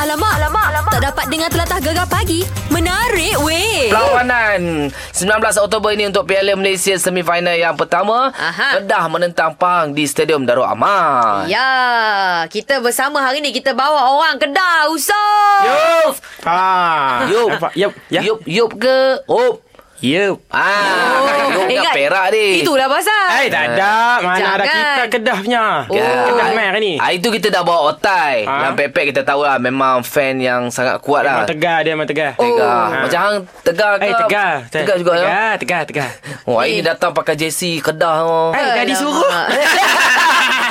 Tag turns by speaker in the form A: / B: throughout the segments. A: Alamak, alamak, alamak. Tak dapat dengar telatah gegar pagi. Menarik weh.
B: Perlawanan 19 Oktober ini untuk Piala Malaysia semifinal yang pertama
C: Aha.
B: Kedah menentang Pahang di Stadium Darul Aman
C: Ya, kita bersama hari ni kita bawa orang Kedah, Usop.
B: Yup
D: Ah.
B: Yup
D: Apa? Yup. Ya.
B: Yup Yup ke Up
D: Yup.
B: Ah,
C: Oh.
B: Yup
C: Eh,
B: dengan Perak ni
C: Itulah pasal.
B: Ah.
D: Eh, tak ada. Mana ada
C: Jangan.
D: kita Kedah punya.
C: Oh.
D: Kedah main hari ni.
B: Ya. Ah, itu kita dah bawa otai.
D: Ah.
B: Yang Pepek kita tahu lah memang fan yang sangat kuat
D: Memang
B: lah.
D: tegar dia, memang tegar.
B: Tegar.
D: Ah.
B: Macam hang tegar ke?
D: Eh, tegar.
B: Oh, Tegar juga ya.
D: Tegar, tegar, tegar.
B: Oh,
C: Eh.
B: hari ni datang pakai JC Kedah. Oh.
D: Eh, dah
C: Alamak.
D: disuruh.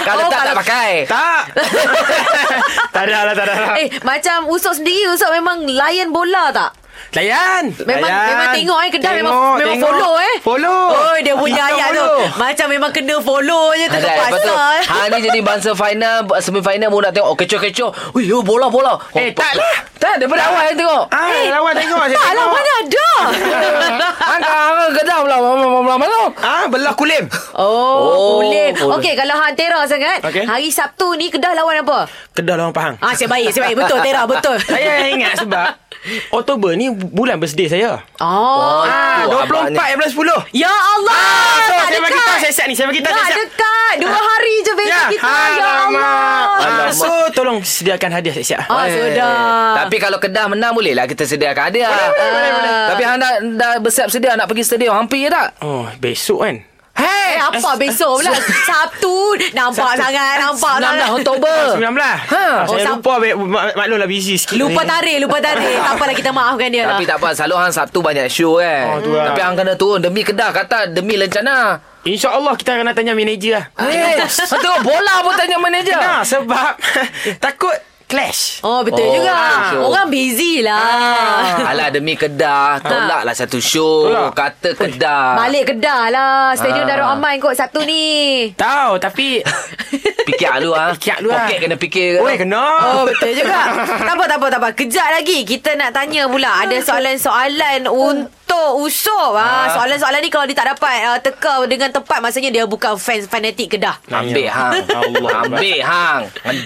B: Kalau
C: Oh,
B: tak tak
C: kalau-
B: pakai.
D: tak. tak ada lah, tak ada lah.
C: Eh, macam Usop sendiri, Usop memang layan bola tak?
D: Layan.
C: Memang
D: Layan.
C: memang tengok eh Kedah memang
D: Tengok,
C: memang
D: tengok.
C: follow eh.
D: Follow.
C: Oh, dia punya
D: Kita
C: ayat tu. Eh,
D: follow.
C: Macam memang kena follow je tengok
B: lepas tu,
C: pasal. eh.
B: ha ni jadi bangsa final, semifinal mu nak tengok. Oh, kecoh-kecoh. Ui, oh, bola, bola. Oh,
D: Eh, tak lah.
B: Tak, daripada awal yang tengok.
D: Ah, lawan tengok. saya
C: Eh, Tak lah,
D: tengok.
C: mana ada.
B: Angkat, kedah pula. Mana?
D: Ah, belah kulim.
C: Oh,
B: Oh,
C: boleh.
B: boleh.
C: Okey, kalau hang tera sangat,
D: Okey.
C: hari Sabtu ni Kedah lawan apa?
D: Kedah lawan Pahang.
C: Ah, saya baik, saya baik. Betul, tera, betul.
D: Saya ingat sebab Oktober ni bulan birthday saya.
C: Oh.
D: Ah,
B: Oh, abang
D: 24
B: ni.
D: 11 10.
C: Ya Allah,
D: Ah, so
C: tak
D: saya bagi tahu
C: dekat.
D: saya set ni, saya bagi tahu
C: tak
D: saya set.
C: dekat. Dua hari je besok
D: Ya,
C: kita.
D: ah,
C: ya
D: alamak.
C: Allah.
D: Ah,
B: Alamak.
D: so tolong sediakan hadiah siap-siap.
C: Ah, sudah.
B: Eh, Tapi kalau Kedah menang boleh lah kita sediakan hadiah. Tapi hang dah, dah bersiap sedia nak pergi stadium. Hampir je tak?
D: Oh, besok kan.
C: Eh, apa besok pula? Sabtu. Nampak sangat, nampak
B: 19
C: sangat.
B: Oktober.
D: Ah, 19. Ha,
B: Ha.
D: saya
C: Oh, sam-
D: lupa be- mak- maklumlah lah, busy sikit.
C: Lupa
D: tak?
C: tarik, lupa tarik. tak apalah kita maafkan dia lah.
B: Tapi tak apa Selalu hang Sabtu banyak show kan
D: Oh, tu lah.
B: Tapi hang kena turun Demi Kedah Kata demi lencana
D: InsyaAllah kita akan nak tanya manager lah.
C: Ha.
B: Eh Hang tengok bola pun tanya manager
D: Nah, sebab takut clash.
C: Oh, betul
B: Oh, Ah.
C: juga.
B: betul.
C: Orang busy lah.
B: Alah demi Kedah Tolaklah satu show
D: Tolak.
B: Kata Kedah
C: Balik Kedah lah. Stadium
B: Ah.
C: Darul Aman kot Sabtu ni.
D: Tahu tapi
B: Fikir dulu ha
D: Fikir dulu
C: ah.
D: lah.
B: Poket kena fikir
D: Oi kena.
C: Oh betul juga Tak apa tak apa tak apa Kejap lagi Kita nak tanya pula Ada soalan-soalan Untuk Usop
D: Ah.
C: ha, Soalan-soalan ni Kalau dia tak dapat uh, Teka dengan tepat Maksudnya dia bukan fans Fanatik Kedah
B: Ambil
D: Ya.
B: hang
D: Allah.
B: Ambil hang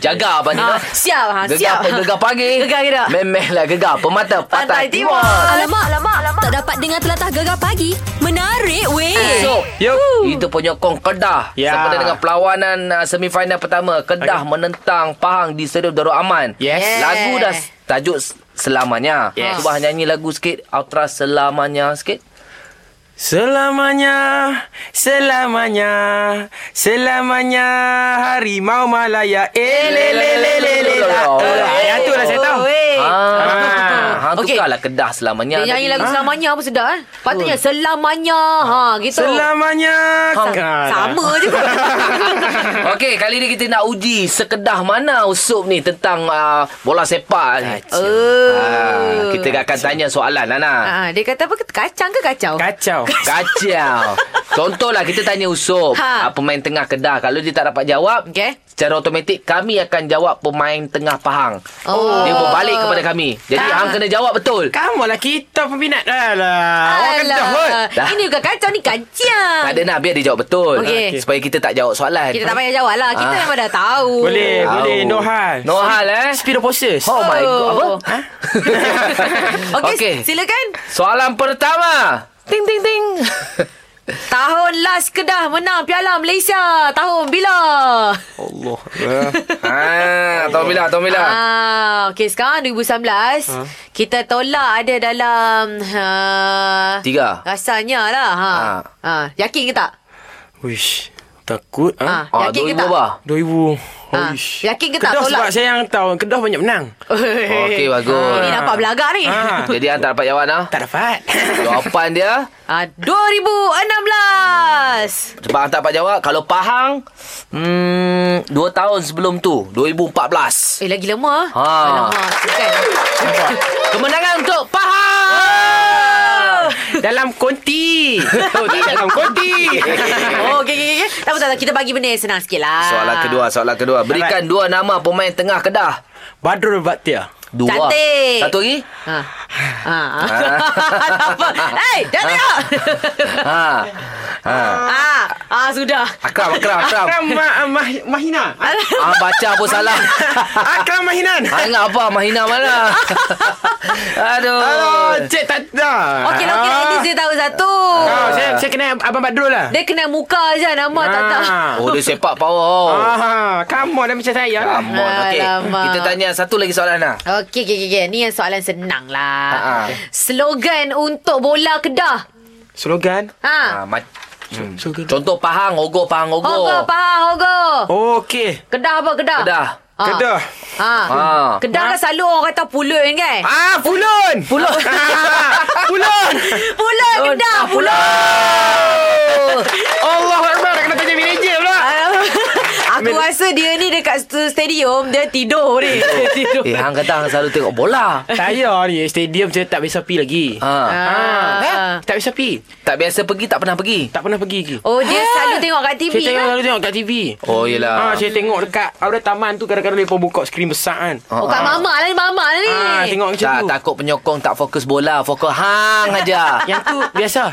B: Jaga apa ni
C: ha,
B: ha?
C: Siap ha,
B: Gegar,
C: Siap
B: pe- gegar pagi
C: Gegar gegar
B: Memeh lah gegar Pemata
C: Pantai
B: Pantai, Timur,
C: Timur.
A: Alamak, alamak, alamak. Tak dapat dengar telatah gegar pagi. Menarik weh.
B: So,
D: Yup.
B: itu penyokong Kedah
D: Ya.
B: sempena dengan perlawanan uh, semifinal pertama Kedah
D: Okey.
B: menentang Pahang di Stadium Darul Aman.
D: Yes.
C: Yeah.
B: Lagu dah s- tajuk S- Selamanya.
D: Yes.
B: Cuba nyanyi lagu sikit Ultra Selamanya sikit.
D: Selamanya, selamanya, selamanya harimau Malaya. Eh, le, le, le, le, le, la, eh, la. Yang tu lah
C: oh,
D: saya tahu.
C: Eh,
B: Ah, hang
C: Okey.
B: tukarlah Kedah Selamanya.
C: Dia nyanyi
B: tadi.
D: Ah.
C: lagu Selamanya pun sedap eh Patutnya Selamanya ha, gitu
D: Selamanya.
B: Hang-
D: Ah,
C: Sama je kot
B: Okey, kali ni kita nak uji sekedah mana Usop ni tentang uh, bola sepak ni.
C: Oh.
B: Ah, kita akan tanya soalan Nana.
C: ha, Dia kata apa Kacang ke kacau
D: Kacau.
B: Kacau. Contohlah kita tanya Usop,
C: Ha.
B: ha. pemain tengah Kedah. Kalau dia tak dapat jawab,
C: Okey.
B: secara automatik kami akan jawab pemain tengah Pahang.
C: Oh.
B: Dia berbalik kepada kami. Jadi
C: Ah.
B: hang kena jawab betul.
D: Kamu lah kita peminat. Alah. Orang Kedah kot.
C: Alah,
B: kan Dah.
C: ini bukan kacau ni kacang.
B: Tak ada nak biar dia jawab betul.
C: Okey.
B: Supaya kita tak jawab soalan.
C: Kita tak payah jawab lah. Kita
B: Ah.
C: memang dah tahu.
D: Boleh,
B: Tahu.
D: boleh. No hal.
B: No hal eh.
D: Speed of process.
B: Oh my god. Apa?
D: Ha?
C: Okey,
B: Okey.
C: okay. silakan.
B: Soalan pertama. Ting ting ting.
C: Tahun last Kedah menang Piala Malaysia. Tahun bila?
D: Allah.
B: ah, tahu bila, tahu bila. Ha.
C: Ah, Okey, sekarang 2019. Kita tolak ada dalam... Uh,
B: Tiga.
C: Rasanya lah. Ha.
B: Ah.
C: Ha. Yakin ke tak?
D: Wish. Takut.
C: Ha.
D: Ha?
B: Ah,
C: Yakin ke
B: 2000
C: tak?
B: bah.
D: 2000.
C: Ha.
D: Wish.
C: Yakin ke tak
D: Kedah
C: tolak?
D: sebab saya yang tahu. Kedah banyak menang.
B: Okey, bagus. Ha.
C: Ini nampak belagak Ha, ni.
D: Ah.
B: Jadi hang tak dapat jawab nah.
D: Tak dapat.
B: Jawapan dia
C: Ah, 2016.
B: Sebab hang tak dapat jawab Kalau Pahang hmm, Dua tahun sebelum tu 2014
C: Eh, lagi lama.
B: Ha.
C: Alamak, silakan.
B: Kemenangan untuk Pahang
D: Dalam konti. Oh, tak dalam konti.
C: Oh, okay, okay, okay. Tak apa, tak apa. Kita bagi benda yang senang sikit lah.
B: Soalan kedua Soalan kedua Berikan dua nama pemain tengah Kedah
D: Badrul Bakhtia.
B: Dua
C: Cantik.
B: Satu lagi
C: Ha. Ha. tak apa. Hei, jangan tengok.
B: ha. ha.
C: Ha. Ah sudah.
B: Akram, Akram, Akram.
D: Akram ma, mah, Mahina.
B: Ah, baca pun salah.
D: Akram Mahinan.
B: Ah, ingat apa? Mahina mana? Aduh.
D: Hello, cik tak tahu.
C: Okey, okey. At least dia tahu satu.
D: Ah, saya, saya kena Abang Badrul lah.
C: Dia kena muka je nama tak tahu.
B: Oh, dia sepak power.
D: Ah, kamu dah macam saya lah.
B: Come on. Okay.
C: Alamak.
B: Kita tanya satu lagi soalan lah.
C: Okey, okey, okey. okey. Ni yang soalan senang lah.
B: Ha, ha.
C: Slogan untuk bola Kedah.
D: Slogan.
C: Ha.
B: Ah, ma- hmm.
D: Slogan.
B: Contoh Pahang, Ogoh, Pahang,
C: Hogo,
B: Ogoh.
C: faham Hogo.
D: Okey.
C: Kedah apa Kedah?
B: Kedah.
C: Ha.
D: Kedah.
C: Ha.
B: Ha.
C: Kedah kan selalu orang kata pulut kan? kan?
D: Ah, pulun. Pulun. pulun.
C: Pulut
B: ah,
C: Kedah, pulut.
D: Allah Akbar. Kena tanya manager pula.
C: Aku rasa dia ni dekat stu- stadium dia tidur ni. Dia tidur.
B: Eh, Hang kata Hang selalu tengok bola.
D: Saya ni stadium saya tak biasa pergi lagi.
B: Ha.
D: Ah, eh? Tak biasa pergi.
B: Tak biasa pergi, tak pernah pergi.
D: Tak pernah pergi lagi.
C: Oh
A: Ah.
C: dia selalu tengok kat TV
D: Saya tengok
C: kan?
D: selalu tengok kat TV.
B: Oh, yelah.
D: Ah, saya tengok dekat ada taman tu kadang-kadang dia pun buka skrin besar kan.
C: Oh kat mama lah ni mama lah ni.
D: Ah, tengok macam
B: Ah, tak,
D: tu.
B: takut penyokong tak fokus bola. Fokus hang aja.
D: Yang tu biasa.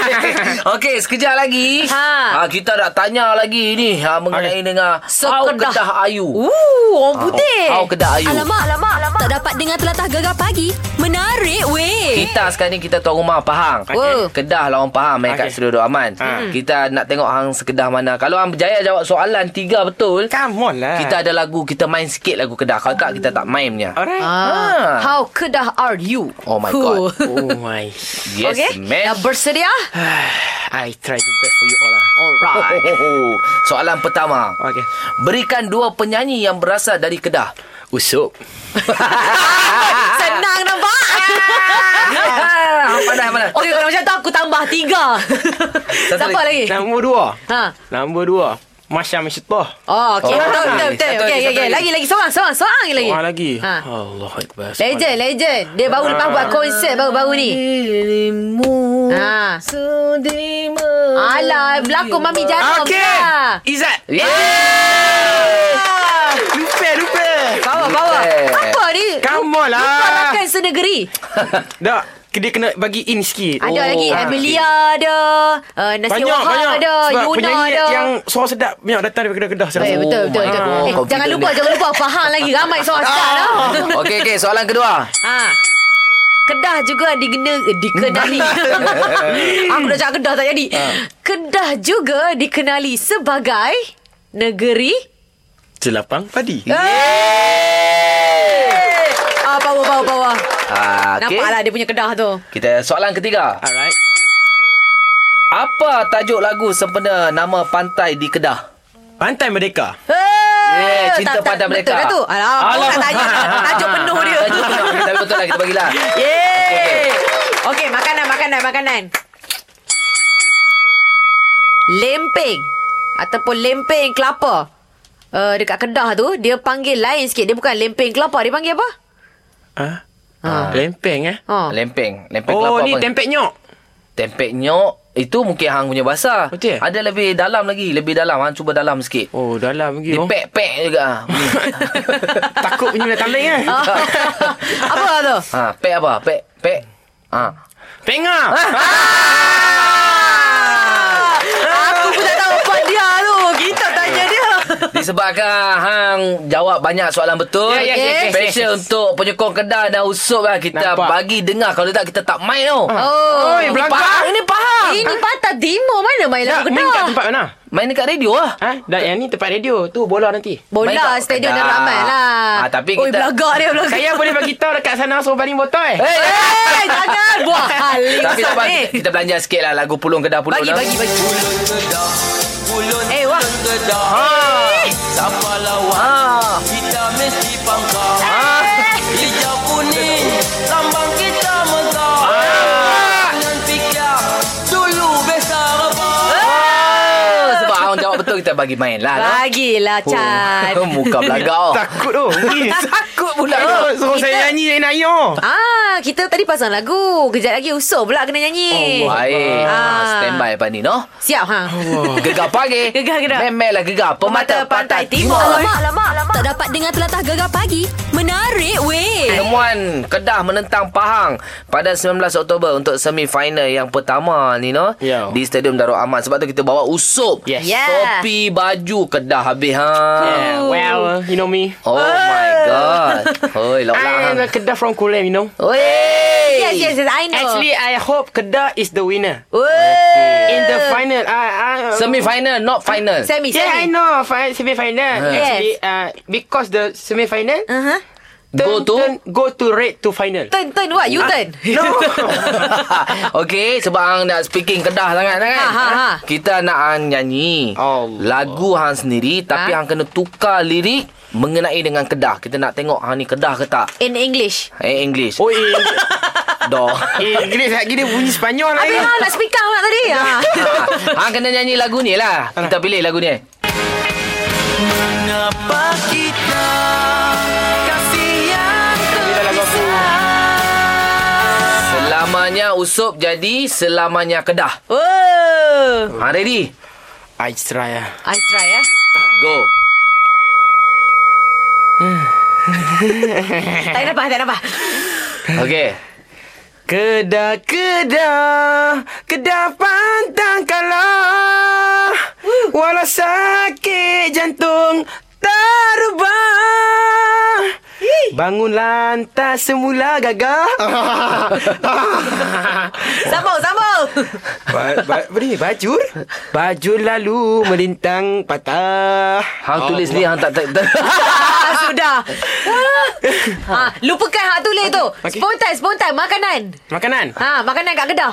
B: Okey, sekejap lagi.
C: Ha.
B: Ha. kita nak tanya lagi ni ha, mengenai
D: Okey.
B: dengan How
C: Sekedah.
B: Kedah Ayu.
C: Uh, orang putih.
B: How Kedah Ayu.
A: Alamak, alamak, alamak. Tak dapat dengar telatah gegar pagi. Menarik weh.
B: Kita sekarang ni kita tuan rumah Pahang.
C: Okey.
B: Kedah lawan Pahang main okay. kat
D: Okey.
B: Studio Dok Aman.
D: Ha.
B: Kita nak tengok hang sekedah mana. Kalau hang berjaya jawab soalan tiga betul,
D: Come on lah.
B: kita ada lagu, kita main sikit lagu Kedah. Kalau tak kita tak main punya.
D: Alright.
C: Ah,
B: Ah.
C: How Kedah are you?
B: Oh my
C: Cool.
B: god. Eh.
D: Oh my.
B: Yes,
C: okay. Dah
B: man.
C: bersedia?
D: I try the best for you all lah.
B: Alright. Soalan pertama.
D: Okay.
B: Berikan dua penyanyi yang berasal dari Kedah.
D: Usup.
C: Senang nampak.
B: Ah, pandai, pandai.
C: Okey, kalau macam tu aku tambah tiga.
B: Satu
C: Siapa lagi?
B: lagi.
D: Nombor dua.
C: Eh. Ha.
D: Nombor dua. Masya Masyatoh.
C: Oh, okey.
B: Oh,
C: Betul,
B: lagi.
C: betul, betul.
B: Satu
C: Okey, okey,
B: lagi, satu
C: okey.
B: lagi.
C: Lagi, lagi. Seorang, seorang, seorang lagi.
D: Orang lagi.
C: Ha.
D: Allah Akbar.
C: Legend, legend. Dia baru lepas buat konsert baru-baru ni.
B: Dirimu
C: Ha.
B: sedih
C: Alah, berlakon Mami Janom
D: Okey.
C: lah.
D: Izzat.
B: Ya. Yeah.
D: Lupa, lupa.
C: Power, power.
B: Yeah.
C: Apa ni?
D: Come on lah.
C: Lupa makan senegeri.
D: Tak. Dia kena bagi in sikit.
C: Ada
B: Oh,
C: lagi
B: ah,
C: Amelia ada, uh, Nasi
D: banyak,
C: Wahab
D: banyak.
C: ada,
D: Sebab
C: Yuna
D: penyanyi
C: ada.
D: yang suara sedap banyak datang daripada Kedah saya
C: Eh,
D: rasa.
C: betul, betul,
B: Oh my
C: betul.
B: God,
C: Eh, jangan
B: confident
C: lupa,
B: dia.
C: jangan lupa. Faham lagi. Ramai seorang start lah.
B: Okey okey soalan kedua.
C: Ha. Kedah juga digena, dikenali. Aku dah cakap Kedah tak jadi.
B: Ha.
C: Kedah juga dikenali sebagai negeri.
D: Jelapang padi.
C: Eh, Ah, power, power, power.
B: Ah, okey.
C: Nampaklah dia punya Kedah tu.
B: Kita soalan ketiga.
D: Alright.
B: Apa tajuk lagu sempena nama pantai di Kedah?
D: Pantai Merdeka.
B: Eh,
C: Eh,
B: cinta
C: tak- tak-
B: pada mereka.
C: Betul dah tu. Alah, aku nak tanya. Tajuk penuh dia.
B: Tajuk penuh. Okey, Tapi betul lah kita bagilah.
C: Yeay. Okey, makanan, makanan, makanan. Lempeng. Ataupun lempeng kelapa. Uh, dekat Kedah tu, dia panggil lain sikit. Dia bukan lempeng kelapa. Dia panggil apa?
D: Ha? Lempeng eh?
C: Ha.
B: Lempeng. Lempeng kelapa.
D: Oh, ni
B: panggil.
D: tempek nyok.
B: Tempek nyok. Itu mungkin hang punya bahasa.
D: Betul?
B: Ada lebih dalam lagi. Lebih dalam. Hang cuba dalam sikit.
D: Oh, dalam lagi.
B: Dia
D: oh.
B: pek-pek juga. Ni.
D: Takut punya dah taling kan?
C: apa tu?
B: ha, pek apa? Pek. Pek. Ha.
D: Pengah.
C: Aku pun tak tahu apa dia tu. Kita tanya dia.
B: Disebabkan hang jawab banyak soalan betul.
D: Ya, ya,
C: ya, ya,
B: Special untuk penyokong Kedah dan Usop lah. Kita
D: Nampak.
B: bagi dengar. Kalau tak, kita tak main tau.
C: Oh.
D: Oi, belakang.
B: Pahang ini Pahang.
C: Ini patah timur mana main
D: Dah,
C: lagu
D: main kat
C: Kedah?
D: tempat mana?
B: Main dekat radio lah.
C: Ah.
D: Ha? Dah yang ni tempat radio. Tu bola nanti.
B: Main
C: Bola
B: kat
C: stadium dah
B: Kedah.
C: ramai lah.
B: Ah, tapi
C: Oi,
B: kita-
C: belagak dia belagak.
D: Saya boleh bagi tahu dekat sana suruh baling botol eh.
B: Hey,
C: Eh, jangan buat hal ni.
B: Tapi tak apa,
C: Eh,
B: kita, kita belanja sikit lah lagu Pulung Kedah Pulung
C: Bagi,
B: lah.
C: bagi, bagi.
E: Pulun
C: Eh, wah.
E: kedah Siapa lawan
B: Ah.
E: Kita mesti pangkal Hijau kuning Lambang kita mentah Jangan fikir Dulu besar apa
B: Oh, sebab awak jawab betul kita bagi main lah. no?
C: Bagilah, Chan.
B: Oh, Muka belagak.
D: Takut tu.
B: Takut pula.
D: Oh, suruh saya nyanyi nak nyanyi. oh.
C: Ah, kita tadi pasang lagu. Kejap lagi usuk pula kena nyanyi.
B: Baik.
C: Ah.
B: Ah. Stand by Pak Ni, no?
C: Siap, ha?
B: Gegar pagi.
C: Gegar, gegar.
B: Memelah gegar. Pemata Oh, Pantai Timur.
A: Alamak, alamak, alamak. Tak dapat dengar telatah gegar pagi. Menarik weh.
B: Come pertemuan Kedah menentang Pahang pada 19 Oktober untuk semifinal yang pertama ni no
D: Ya.
B: di Stadium Darul Aman sebab tu kita bawa usop
D: Yes.
C: Yeah.
B: topi baju Kedah habis ha
D: Yeah, well, you know me.
B: oh my god hoi lok lah
D: I am a Kedah from Kulim, you know.
B: Oi.
C: Yes, yes, yes. I know.
D: Actually, I hope Kedah is the winner.
C: Wey.
D: In the final, I, I,
B: semi-final not final
C: Semi,
D: Yeah, I
C: semi.
D: know. Fi- semi-final.
B: Yes.
D: Actually, uh, because the semi-final,
C: Uh-huh.
D: turn-
B: Go to?
D: turn- go to red to final.
C: Turn, turn what?
B: Ah.
C: You turn.
D: No.
B: Okey, sebab hang nak speaking Kedah sangat kan.
C: Ha, ha, ha.
B: Kita nak hang nyanyi
D: Allah.
B: lagu hang sendiri tapi
C: Ha?
B: hang kena tukar lirik mengenai dengan Kedah. Kita nak tengok hang ni Kedah ke tak.
C: In English.
B: Eh English.
D: oh, in,
B: Doh.
D: Inggeris lagi dia bunyi Sepanyol lagi.
C: Habis hang nak speak out pula tadi. Ha.
B: hang kena nyanyi lagu ni lah. Kita pilih lagu ni.
E: Kenapa kita kasih yang
D: Bila lagu aku.
B: Selamanya Usop jadi selamanya Kedah.
C: Oh.
B: Hang ready?
D: I try ah.
C: I try ya.
B: Go.
C: Tak nampak, tak nampak.
B: Okey.
D: Kedah, kedah, kedah pantang kalah. Walau sakit jantung terubah. Bangun lantas semula gagah.
C: Sambung, sambung.
D: ba, ba, apa ni? Bajur? Bajur lalu melintang patah.
B: Hang tulis ni hang tak tak. tak.
C: Ah, sudah. ha, lupakan hak tulis tu.
D: okey.
C: Spontan, spontan. Makanan.
D: Makanan.
C: Ha, makanan kat Kedah.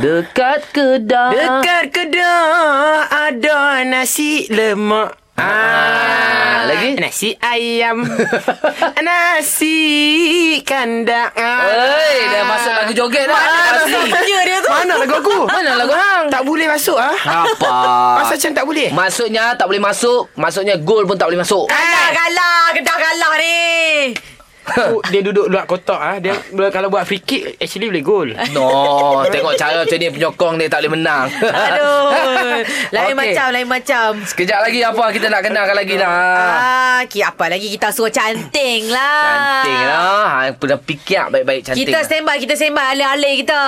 B: Dekat Kedah.
D: Dekat kedai ada nasi lemak. Ah,
B: lagi?
D: Nasi ayam. nasi kandang.
B: Oi, dah masuk Ah. lagu joget dah. Pasti.
C: Dia dia tu.
D: Ah. Mana lagu aku?
B: Mana lagu hang?
D: Tak boleh masuk ah.
B: Apa?
D: Masa macam tak boleh.
B: Maksudnya tak boleh masuk Maksudnya gol pun tak boleh masuk
C: Kalah, kalah. Kedah kalah ni.
D: Aku- dia duduk luar kotak ah. Dia kalau buat free kick actually boleh gol.
B: No Tengok cara macam ni Penyokong dia tak boleh menang
C: Aduh. Lain
B: Ah. Okey.
C: macam, lain macam.
B: Sekejap lagi apa Kita nak kenalkan lagi lah
C: Ah, ki apa lagi kita suruh canting lah.
B: Cantik lah Hang Pernah fikir baik-baik cantik
C: Kita Ah. stand by, kita sembang alih-alih kita.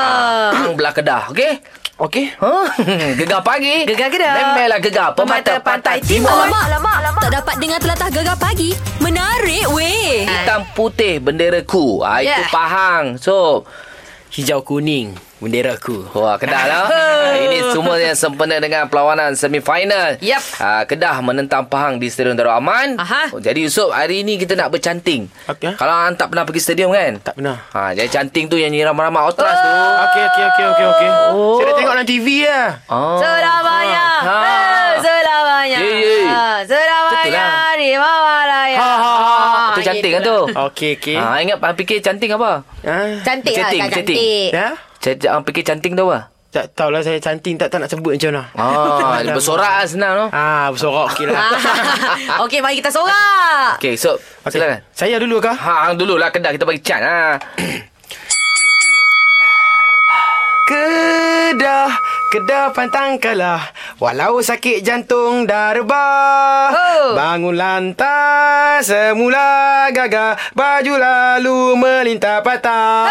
B: Hang belah kedah Okay
D: Okey.
B: Huh? Gegar pagi
C: Gegar Kedah.
B: Memelah gegar Pemata Pantai Timur
A: Alamak, alamak, alamak. Tak dapat dengar telatah gegar pagi. Menarik weh.
B: Hitam putih bendera ku ha, Itu
C: Yeah.
B: Pahang So
D: Hijau kuning bendera aku.
B: Wah, Kedah lah. Ini semua yang sempena dengan perlawanan semifinal.
C: Yap.
B: Ah, Kedah menentang Pahang di Stadium Darul Aman.
C: Aha.
B: Oh, Jadi Yusof, hari ini kita nak bercanting.
D: Okey.
B: Kalau hang tak pernah pergi stadium kan?
D: Tak pernah.
B: Ha, jadi canting tu yang ramai-ramai outras
C: Oh.
B: tu.
D: Okey okey okey okey okey. Oh. Saya dah tengok dalam TV lah.
B: Oh.
C: Surabaya.
B: Ha.
C: Eh, Surabaya.
B: Ye, ye.
C: Ha, Surabaya
B: Itulah.
C: di Mamalaya.
B: Ha ha ha.
C: Ah,
B: Tu canting kan tu.
C: itulah.
D: Okey okey.
B: Ha, ingat hang fikir canting apa?
D: Ah.
C: Cantik lah,
B: Cantik,
C: tak
B: cantik.
C: cantik.
D: Dah?
B: Cantik, hang fikir canting tu apa?
D: Tak tahulah saya cantik tak tak nak sebut macam mana.
B: Ah, bersorak lah senang tu.
D: Ah, bersorak okey
B: Ha.
D: lah.
C: Ah. Okey, mari kita sorak.
B: Okey, so
D: Okey.
B: silakan.
D: Saya dulu kah?
B: Ha, hang dululah Kedah kita bagi can ha.
D: Kedah, Kedah pantang kalah Walau sakit jantung darba
C: Oh.
D: Bangun lantas semula gagah Baju lalu melintah
B: Ha,
D: patah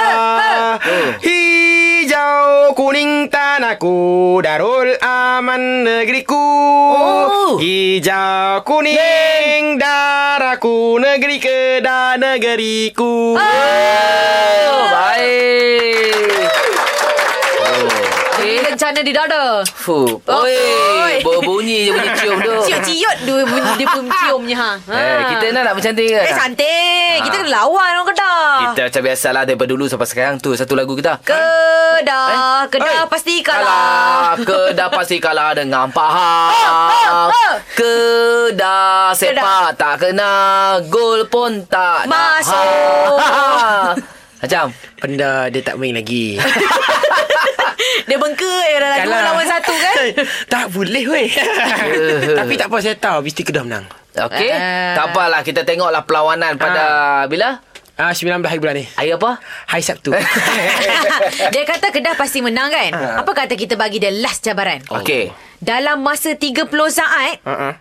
D: Oh. Hijau kuning tanahku Darul aman negeriku
B: Oh.
D: Hijau kuning darahku Negeri Kedah negeriku
B: Oh, baik.
C: Ini Lencana di dada.
B: Fuh. Oi,
C: Oi.
B: berbunyi je bunyi cium tu.
C: Ciut-ciut dia bunyi- dia pun ciumnya. Ha.
B: Eh, kita nak nak bercantik ke?
C: Eh,
B: tak?
C: cantik.
B: Ha.
C: Kita kena lawan orang Kedah.
B: Kita macam biasalah daripada dulu sampai sekarang tu satu lagu kita.
C: Kedah, Kedah
B: Eh.
C: pasti kalah.
B: Kedah pasti kalah dengan
C: Oh,
B: Pahang. Kedah sepak tak kena, gol pun tak nak.
C: Masuk.
B: Ha. Macam
D: Benda dia tak main lagi
C: Dia bengkak je dah dua
D: Kalah.
C: lawan satu kan.
D: tak boleh weh. Tapi tak apa saya tahu mesti Kedah menang.
B: Okey
C: Ah.
B: Tak apalah Kita tengoklah perlawanan pada Bila?
D: Ah 19 hari bulan ni.
B: Hari apa?
D: Hari Sabtu.
C: dia kata Kedah pasti menang kan.
D: Oh.
C: Oh. Apa kata kita bagi dia last cabaran?
B: Okey
C: Dalam masa 30 saat,
D: Uh-uh.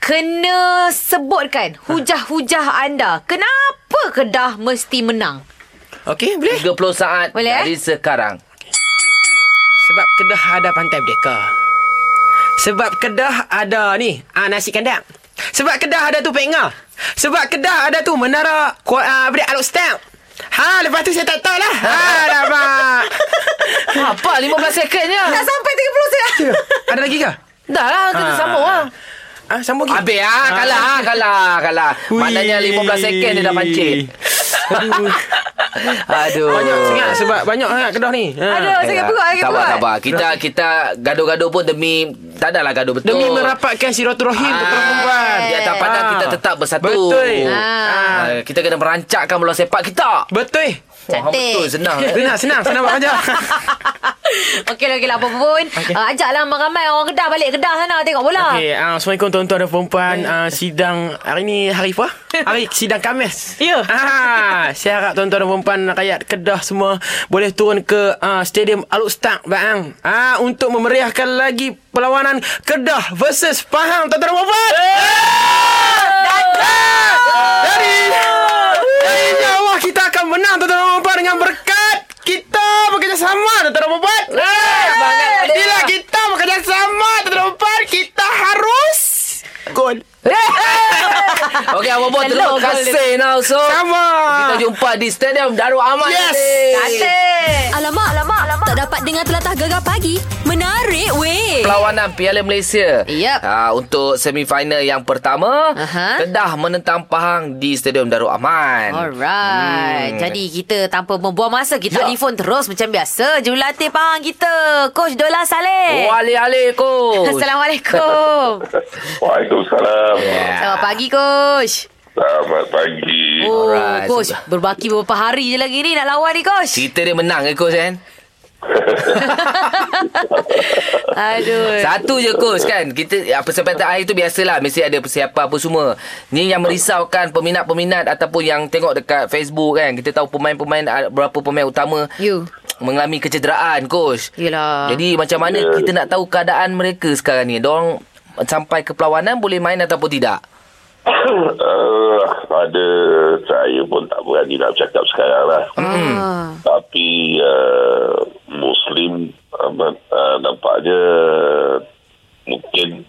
C: Kena sebutkan hujah-hujah anda. Kenapa Kedah mesti menang?
D: Okey, boleh?
B: 30 saat
C: Boleh, eh?
B: dari sekarang.
D: Sebab Kedah ada pantai Merdeka. Sebab Kedah ada ni, ah, nasi kandang. Sebab Kedah ada tu penga. Sebab Kedah ada tu menara ku- ah, apa dia Alok Stamp. Ha, lepas tu saya tak tahu lah. Ha, alamak.
B: Apa 15 sekonnya?
C: Tak sampai 30 sen.
D: ada lagi ke?
B: Dah lah kita
D: Ah.
B: sambung lah.
D: Ah, sambung lagi.
B: Habis ah, kalah ah, kalah kalah.
F: Hui.
B: Maknanya 15 second dia dah pancit. Aduh.
D: Banyak sangat sebab banyak sangat Kedah ni. Ha.
C: Aduh, sakit perut, sakit
B: Sabar,
C: perut.
B: sabar. Kita kita gaduh-gaduh pun demi tak adalah gaduh betul.
D: Demi merapatkan silaturahim ah. perempuan.
B: Di atas padang
D: Ah.
B: kita tetap bersatu.
D: Betul.
B: Ah.
D: Ah.
B: Kita kena merancakkan bola sepak kita.
D: Betul.
B: Wah,
C: Cantik.
B: betul senang. eh.
D: Senang, senang, senang buat panjang.
C: Okey lah, okey lah. Apa pun. Okay. Uh, ajaklah ramai orang Kedah balik Kedah sana tengok bola.
D: Okey, uh, Assalamualaikum tuan-tuan dan perempuan. Uh, sidang hari ni hari apa? Hari sidang Khamis.
C: Ya.
D: Ah, saya harap tuan-tuan dan perempuan rakyat Kedah semua boleh turun ke uh, Stadium Aluk Stak Bang. Ah, untuk memeriahkan lagi perlawanan Kedah versus Pahang tuan-tuan dan perempuan. Ah, Dari dari Jawa kita akan menang tuan-tuan dan perempuan dengan berkat kita bekerjasama tuan-tuan dan perempuan.
B: bangat, Adik.
D: Bila kita bekerjasama tuan-tuan dan perempuan kita harus gol.
B: Okey, apa pun terima
C: Hello,
B: kasih now so.
D: Sama.
B: Kita jumpa di Stadium Darul Aman.
D: Yes.
B: Nanti.
G: Alamak, alamak, alamak. Tak dapat dengar telatah gegar pagi. Menarik weh.
B: Perlawanan Piala Malaysia
C: Yep.
B: Ah, Untuk semifinal yang pertama
C: Aha.
B: Kedah menentang Pahang di Stadium Darul Aman
C: Alright. Hmm. Jadi kita tanpa membuang masa kita yeah.
B: Ya.
C: telefon terus macam biasa jurulatih Pahang kita Coach Dola Saleh.
B: Wali alih coach
C: Assalamualaikum.
H: Waalaikumsalam.
C: Selamat pagi coach.
H: Selamat pagi.
C: Oh,
B: Alright.
C: coach berbaki beberapa hari je lagi ni nak lawan ni coach.
B: Cerita dia menang ke coach kan
C: Aduh.
B: Satu je coach kan Kita ya, Persiapan akhir tu biasalah Mesti ada persiapan apa semua Ni yang merisaukan Peminat-peminat Ataupun yang tengok dekat Facebook kan Kita tahu pemain-pemain ah, Berapa pemain utama
C: You.
B: Mengalami kecederaan coach
C: Ya. Yelah.
B: Jadi macam mana Kita nak tahu keadaan mereka sekarang ni Diorang Sampai ke perlawanan Boleh main ataupun tidak
H: Uh, pada saya pun tak berani nak cakap sekarang lah. Hmm.
C: Ah.
H: Tapi uh, Muslim uh, uh, nampaknya mungkin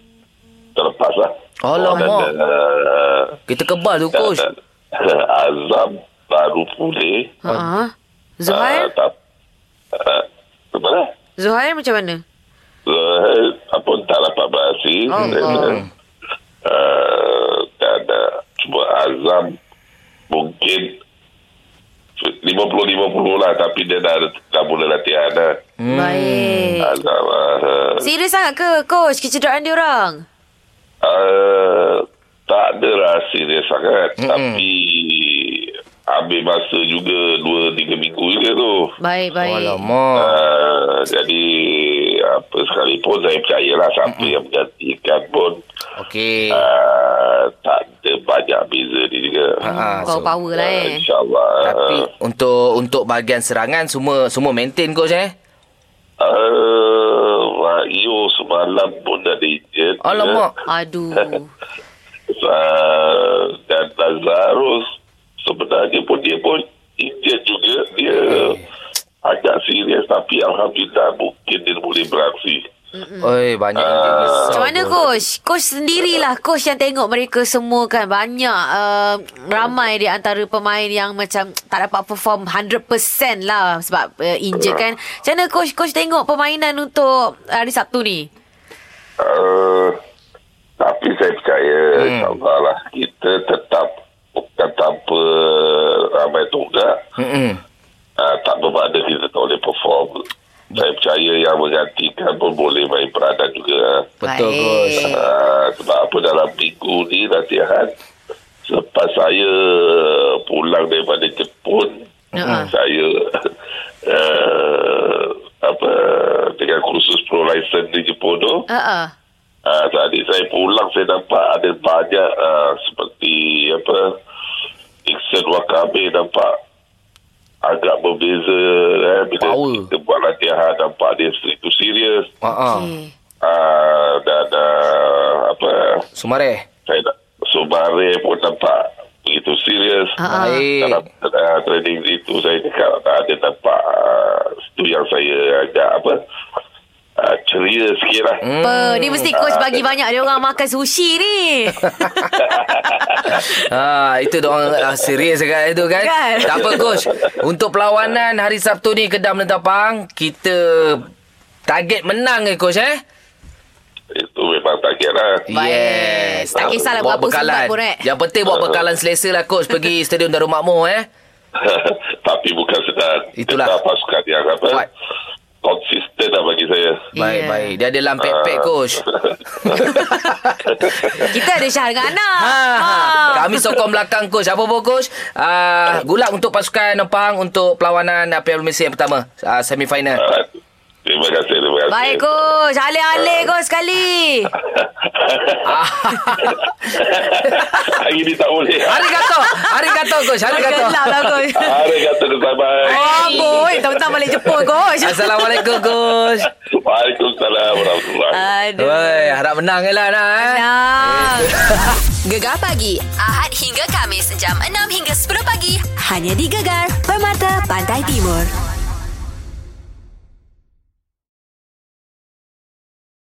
H: terlepas lah.
B: Alamak.
H: Dan, uh,
B: Kita kebal tu
H: dan,
B: coach
H: dan, Azam baru pulih.
C: Ha.
H: Ah,
C: ah.
B: Ah,
C: Zuhair,
H: tak, uh, kemana?
C: Zuhair macam mana?
H: Zuhair apa lah, tak dapat berhasil
C: Allah.
H: eh. uh, dan uh, cuma Azam mungkin 50-50 lah tapi dia dah, dah mula latihan dah
C: Hmm. Baik.
H: Azam uh,
C: Serius sangat ke coach kecederaan dia orang?
H: uh, tak ada rahsia dia sangat mm tapi ambil masa juga 2-3 minggu juga tu
C: Baik, baik.
B: Alamak
H: Uh, jadi apa sekalipun saya percayalah siapa yang menggantikan pun
B: Okey
H: uh, tak ada banyak beza dia juga.
B: Ah,
C: Power
B: so-
C: power lah
H: Uh,
C: eh.
H: InsyaAllah.
B: Tapi untuk untuk bahagian serangan semua semua maintain coach eh.
H: Uh, Rayo semalam pun dah ya. diinjet.
B: Alamak.
C: Aduh.
H: Uh, dan Lazarus sebenarnya pun dia pun injet juga. Dia agak serius tapi Alhamdulillah mungkin dia boleh beraksi.
B: Oi banyak yang
H: Ah.
B: risau.
C: Macam mana coach? Coach sendirilah coach yang tengok mereka semua kan banyak uh, ramai di antara pemain yang macam tak dapat perform 100% lah sebab uh, injured kan. Macam mana coach coach tengok permainan untuk hari Sabtu ni?
H: Uh, tapi saya percaya hmm. insyaAllah lah kita tetap bukan tanpa ramai tunggak
B: Mm-mm.
H: uh, tak berbada kita tak boleh perform saya percaya yang menggantikan pun boleh main peranan juga
B: Betul
C: Baik.
B: coach.
H: uh, sebab apa dalam minggu ni latihan selepas saya pulang daripada Jepun
C: Ya.
H: saya uh, apa dengan kursus pro license di Jepun tu
C: Ha ah.
H: Ah, tadi saya pulang saya nampak ada banyak ah, seperti apa Iksan Wakabe nampak agak berbeza eh, bila
B: Power.
H: kita buat latihan nampak dia itu serius
B: Ha ah.
C: Okey.
H: ah, dan ah, apa
B: Sumare.
H: Bahrain pun nampak begitu serius.
C: Ah, ah.
B: Baik.
H: Dalam uh, trading itu saya cakap ah, tak ada nampak uh, itu yang saya agak apa uh, ceria sikit lah.
C: Hmm. Apa? Ni mesti coach bagi banyak dia orang makan sushi ni.
B: Ha, itu dia orang ah, serius kan itu kan.
C: Kan?
B: Tak apa coach. Untuk perlawanan hari Sabtu ni Kedah menentang kita target menang eh coach eh.
H: Itu memang target lah.
B: Yes.
C: Tak kisahlah
B: Buat
C: berapa
B: bekalan.
C: subat pun, eh.
B: Yang penting buat bekalan selesa lah coach pergi stadium Darul Makmur eh.
H: Tapi bukan sedang
B: Itulah.
H: sedang pasukan yang apa
B: Kuat.
H: konsisten lah bagi saya.
B: Baik
C: Ya.
B: baik. Dia ada lampek-pek coach.
C: Kita ada Syah dengan Ana.
B: Ha, ha. Kami sokong belakang coach. Apa pun coach? Uh, gulak untuk pasukan Nepang untuk perlawanan ah, Piala Malaysia yang pertama uh, semi final.
H: Ah, terima kasih, terima kasih.
C: Baik coach. Alih-alih coach sekali.
H: Hari ni tak boleh.
B: Hari kata, hari kata coach, hari kata.
C: Gelap lah coach.
H: Hari kata dia bye.
C: Oh, boy. Teman-teman balik Jepun coach.
B: Assalamualaikum coach.
H: Waalaikumsalam warahmatullahi
C: Aduh.
B: Woi, harap menang je lah nak eh.
C: Nah.
A: Gegar pagi Ahad hingga Kamis jam 6 hingga 10 pagi hanya di Gegar Permata Pantai Timur.